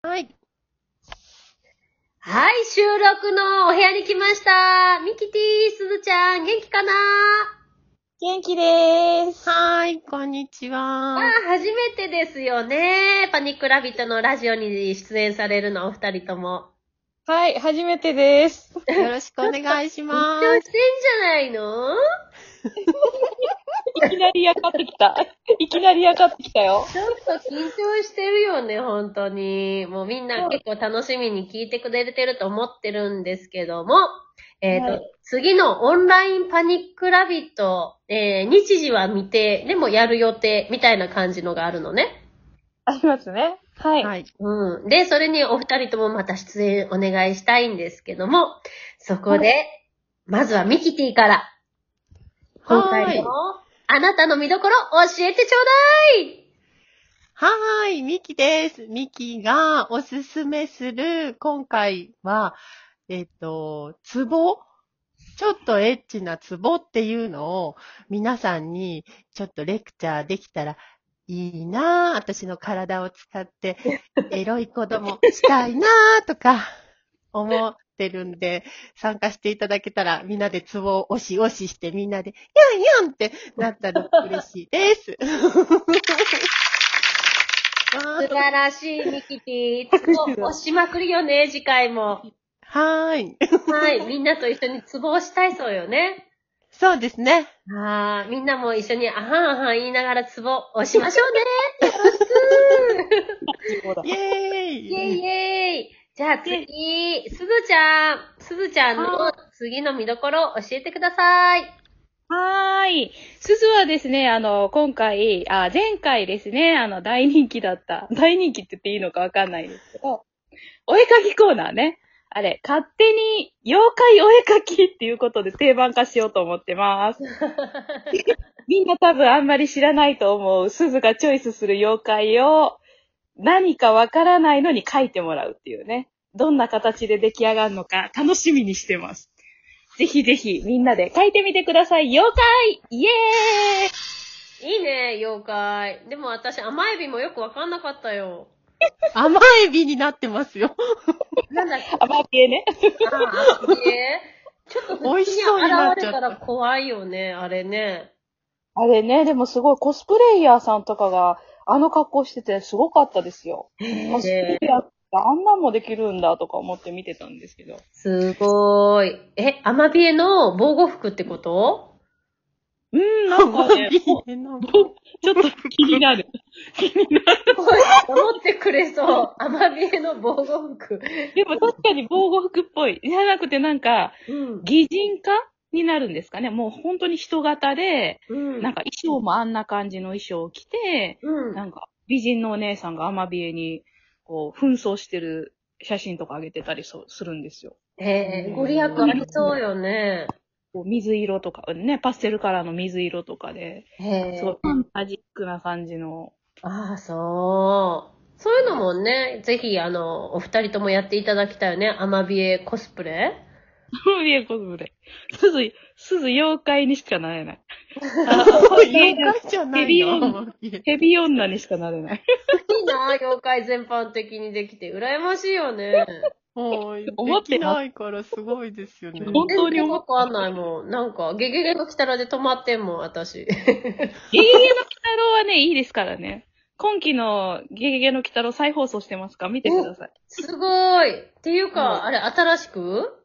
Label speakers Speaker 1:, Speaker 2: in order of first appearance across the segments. Speaker 1: はい。
Speaker 2: はい、収録のお部屋に来ました。ミキティ、すずちゃん、元気かな
Speaker 3: 元気でーす。
Speaker 1: はーい、こんにち
Speaker 2: あ
Speaker 1: は。
Speaker 2: ー初めてですよね。パニックラビットのラジオに出演されるの、お二人とも。
Speaker 3: はい、初めてです。
Speaker 1: よろしくお願いしま
Speaker 2: 緊張
Speaker 1: す。
Speaker 2: してんじゃないの
Speaker 3: いきなりやかってきた。いきなりやかってきたよ。
Speaker 2: ちょっと緊張してるよね、本当に。もうみんな結構楽しみに聞いてくれてると思ってるんですけども、えっ、と、
Speaker 3: はい
Speaker 2: 次のオンラインパニックラビット、えー日時は未定、でもやる予定みたいな感じのがあるのね。
Speaker 3: ありますね。はい。
Speaker 1: はい。
Speaker 2: うん。で、それにお二人ともまた出演お願いしたいんですけども、そこで、まずはミキティから、今
Speaker 1: はー
Speaker 2: 回
Speaker 1: い
Speaker 2: の。あなたの見どころ教えてちょうだい
Speaker 1: はーい、ミキです。ミキがおすすめする、今回は、えっと、ツボちょっとエッチなツボっていうのを、皆さんにちょっとレクチャーできたらいいなぁ、私の体を使って、エロい子供したいなぁ、とか、思ってるんで、参加していただけたら、みんなでツボを押し押しして、みんなで、やんやんってなったら嬉しいです。わ
Speaker 2: 素
Speaker 1: ー
Speaker 2: 晴らしい、ミキティ。ツボ押しまくるよね、次回も。
Speaker 1: はーい。
Speaker 2: はい。みんなと一緒にツボをしたいそうよね。
Speaker 1: そうですね。
Speaker 2: あーみんなも一緒にあはんあはん言いながらツボ押しましょうね。
Speaker 1: イェーイ
Speaker 2: イェ イイェイ。じゃあ次、すずちゃん。すずちゃんの次の見どころを教えてください。
Speaker 3: はーい。すずはですね、あの、今回、あ、前回ですね、あの、大人気だった。大人気って言っていいのかわかんないですけど、お絵かきコーナーね。あれ、勝手に妖怪お絵かきっていうことで定番化しようと思ってます。みんな多分あんまり知らないと思う、すずがチョイスする妖怪を何かわからないのに書いてもらうっていうね。どんな形で出来上がるのか楽しみにしてます。ぜひぜひみんなで書いてみてください。妖怪イエーイ
Speaker 2: いいね、妖怪。でも私、甘エビもよくわかんなかったよ。
Speaker 1: 甘エビになってますよ。
Speaker 2: なんだっけ
Speaker 3: アバピエね。
Speaker 2: あー、え ちょっと普通
Speaker 1: 美
Speaker 2: に
Speaker 1: 味しそうになっ
Speaker 2: 現
Speaker 1: ち
Speaker 2: れ
Speaker 1: ゃったた
Speaker 2: ら怖いよね、あれね。
Speaker 3: あれね、でもすごいコスプレイヤーさんとかがあの格好しててすごかったですよ。コスプレイヤーってあんなんもできるんだとか思って見てたんですけど。
Speaker 2: すごーい。え、アマビエの防護服ってこと
Speaker 3: うーん、なんかね、 ちょっと気になる。
Speaker 2: 思ってくれそう。アマビエの防護服。
Speaker 3: でも確かに防護服っぽい。じゃなくてなんか、
Speaker 2: うん。
Speaker 3: 擬人化になるんですかね。もう本当に人型で、
Speaker 2: うん。
Speaker 3: なんか衣装もあんな感じの衣装を着て、
Speaker 2: うん。
Speaker 3: なんか美人のお姉さんがアマビエに、こう、紛争してる写真とか上げてたりそうするんですよ。
Speaker 2: えー、ご利益ありそうよね。
Speaker 3: こう水色とか、ね、パステルカラーの水色とかで、
Speaker 2: え
Speaker 3: すごいファンタジックな感じの。
Speaker 2: ああ、そう。そういうのもね、ぜひ、あの、お二人ともやっていただきたいよね。アマビエコスプレ
Speaker 3: アマビエコスプレ。すず、すず妖怪にしかなれない。
Speaker 1: 妖怪じゃないよ。
Speaker 3: ヘビ女にしかな れない。
Speaker 2: いいな、妖怪全般的にできて。羨ましいよね。
Speaker 1: もう、
Speaker 3: 思
Speaker 1: で
Speaker 3: って
Speaker 1: き
Speaker 3: ます
Speaker 1: ないからすごいですよね。
Speaker 3: 本当に
Speaker 2: 全然
Speaker 3: 思
Speaker 2: わか
Speaker 3: っ
Speaker 2: んないもん。なんか、ゲゲゲの鬼太郎で止まってんもん、私。
Speaker 3: ゲゲゲの鬼太郎はね、いいですからね。今期のゲゲゲの鬼太郎再放送してますか見てください。
Speaker 2: すごい。っていうか、
Speaker 3: うん
Speaker 2: あれ、新しく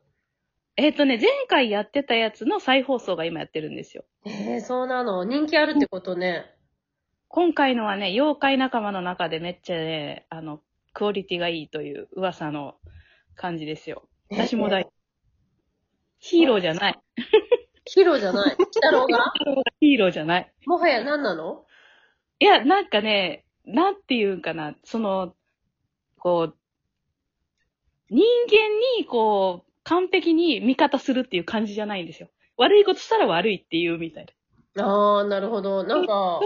Speaker 3: えっ、とね、前回やってたやつの再放送が今やってるんですよ。
Speaker 2: えー、そうなの。人気あるってことね。
Speaker 3: 今回のはね、妖怪仲間の中でめっちゃね、あの、クオリティがいいという噂の感じですよ。私も大、ヒーローじゃない。
Speaker 2: ヒロじゃない。鬼太郎が
Speaker 3: ヒーローじゃない。
Speaker 2: もはや何なの
Speaker 3: いや、なんかね、なんていうんかな、その、こう、人間に、こう、完璧に味方するっていう感じじゃないんですよ。悪いことしたら悪いっていうみたいな。
Speaker 2: あー、なるほど。なんか、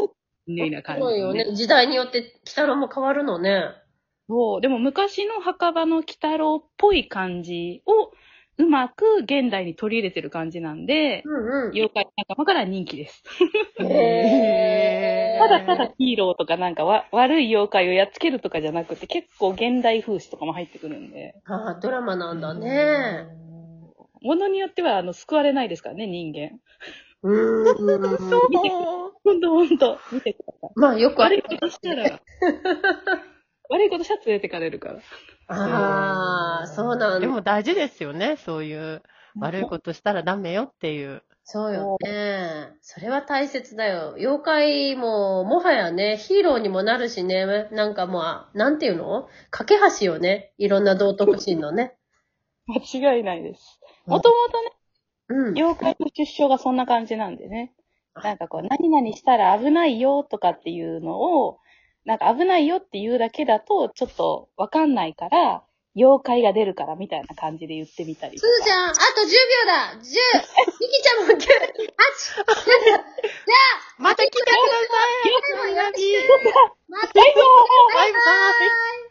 Speaker 3: みたいな感
Speaker 2: す
Speaker 3: じ、
Speaker 2: ごいよね。時代によって、鬼太郎も変わるのね。
Speaker 3: そう。でも昔の墓場の鬼太郎っぽい感じを、うまく現代に取り入れてる感じなんで、
Speaker 2: うん
Speaker 3: 妖怪仲間から人気です。
Speaker 2: うん。
Speaker 1: へ
Speaker 2: へ
Speaker 1: ー
Speaker 3: ただただヒーローとかなんかわ悪い妖怪をやっつけるとかじゃなくて、結構現代風刺とかも入ってくるんで、
Speaker 2: ああ、ドラマなんだね。
Speaker 3: ものによってはあの救われないですからね、人間。
Speaker 2: うーん。
Speaker 1: そう。
Speaker 3: ほんとほんと、見てください。
Speaker 2: まあ、よくあ
Speaker 3: 悪い
Speaker 2: る。
Speaker 3: ことし たら、悪いことシャツ出てかれるから。
Speaker 2: ああ、そうなん
Speaker 1: で
Speaker 2: だ。
Speaker 1: も大事ですよね、そういう。悪いことしたらダメよっていう。
Speaker 2: そうよね。それは大切だよ。妖怪も、もはやね、ヒーローにもなるしね、なんかまあ、なんていうの架け橋よね。いろんな道徳心のね。
Speaker 3: 間違いないで
Speaker 2: う
Speaker 3: す。
Speaker 2: ん
Speaker 3: もともとね、
Speaker 2: うん。
Speaker 3: 妖怪の出生がそんな感じなんでね。なんかこう、何々したら危ないよとかっていうのを、なんか危ないよっていうだけだと、ちょっとわかんないから、妖怪が出るからみたいな感じで言ってみたり
Speaker 2: す
Speaker 3: と
Speaker 2: ー
Speaker 3: か。
Speaker 2: ちゃん、あと10秒だ !10! ミキちゃんも9、8! じゃあ、
Speaker 1: また来てください
Speaker 2: 最後よろしく
Speaker 1: バイバ
Speaker 2: また
Speaker 1: イ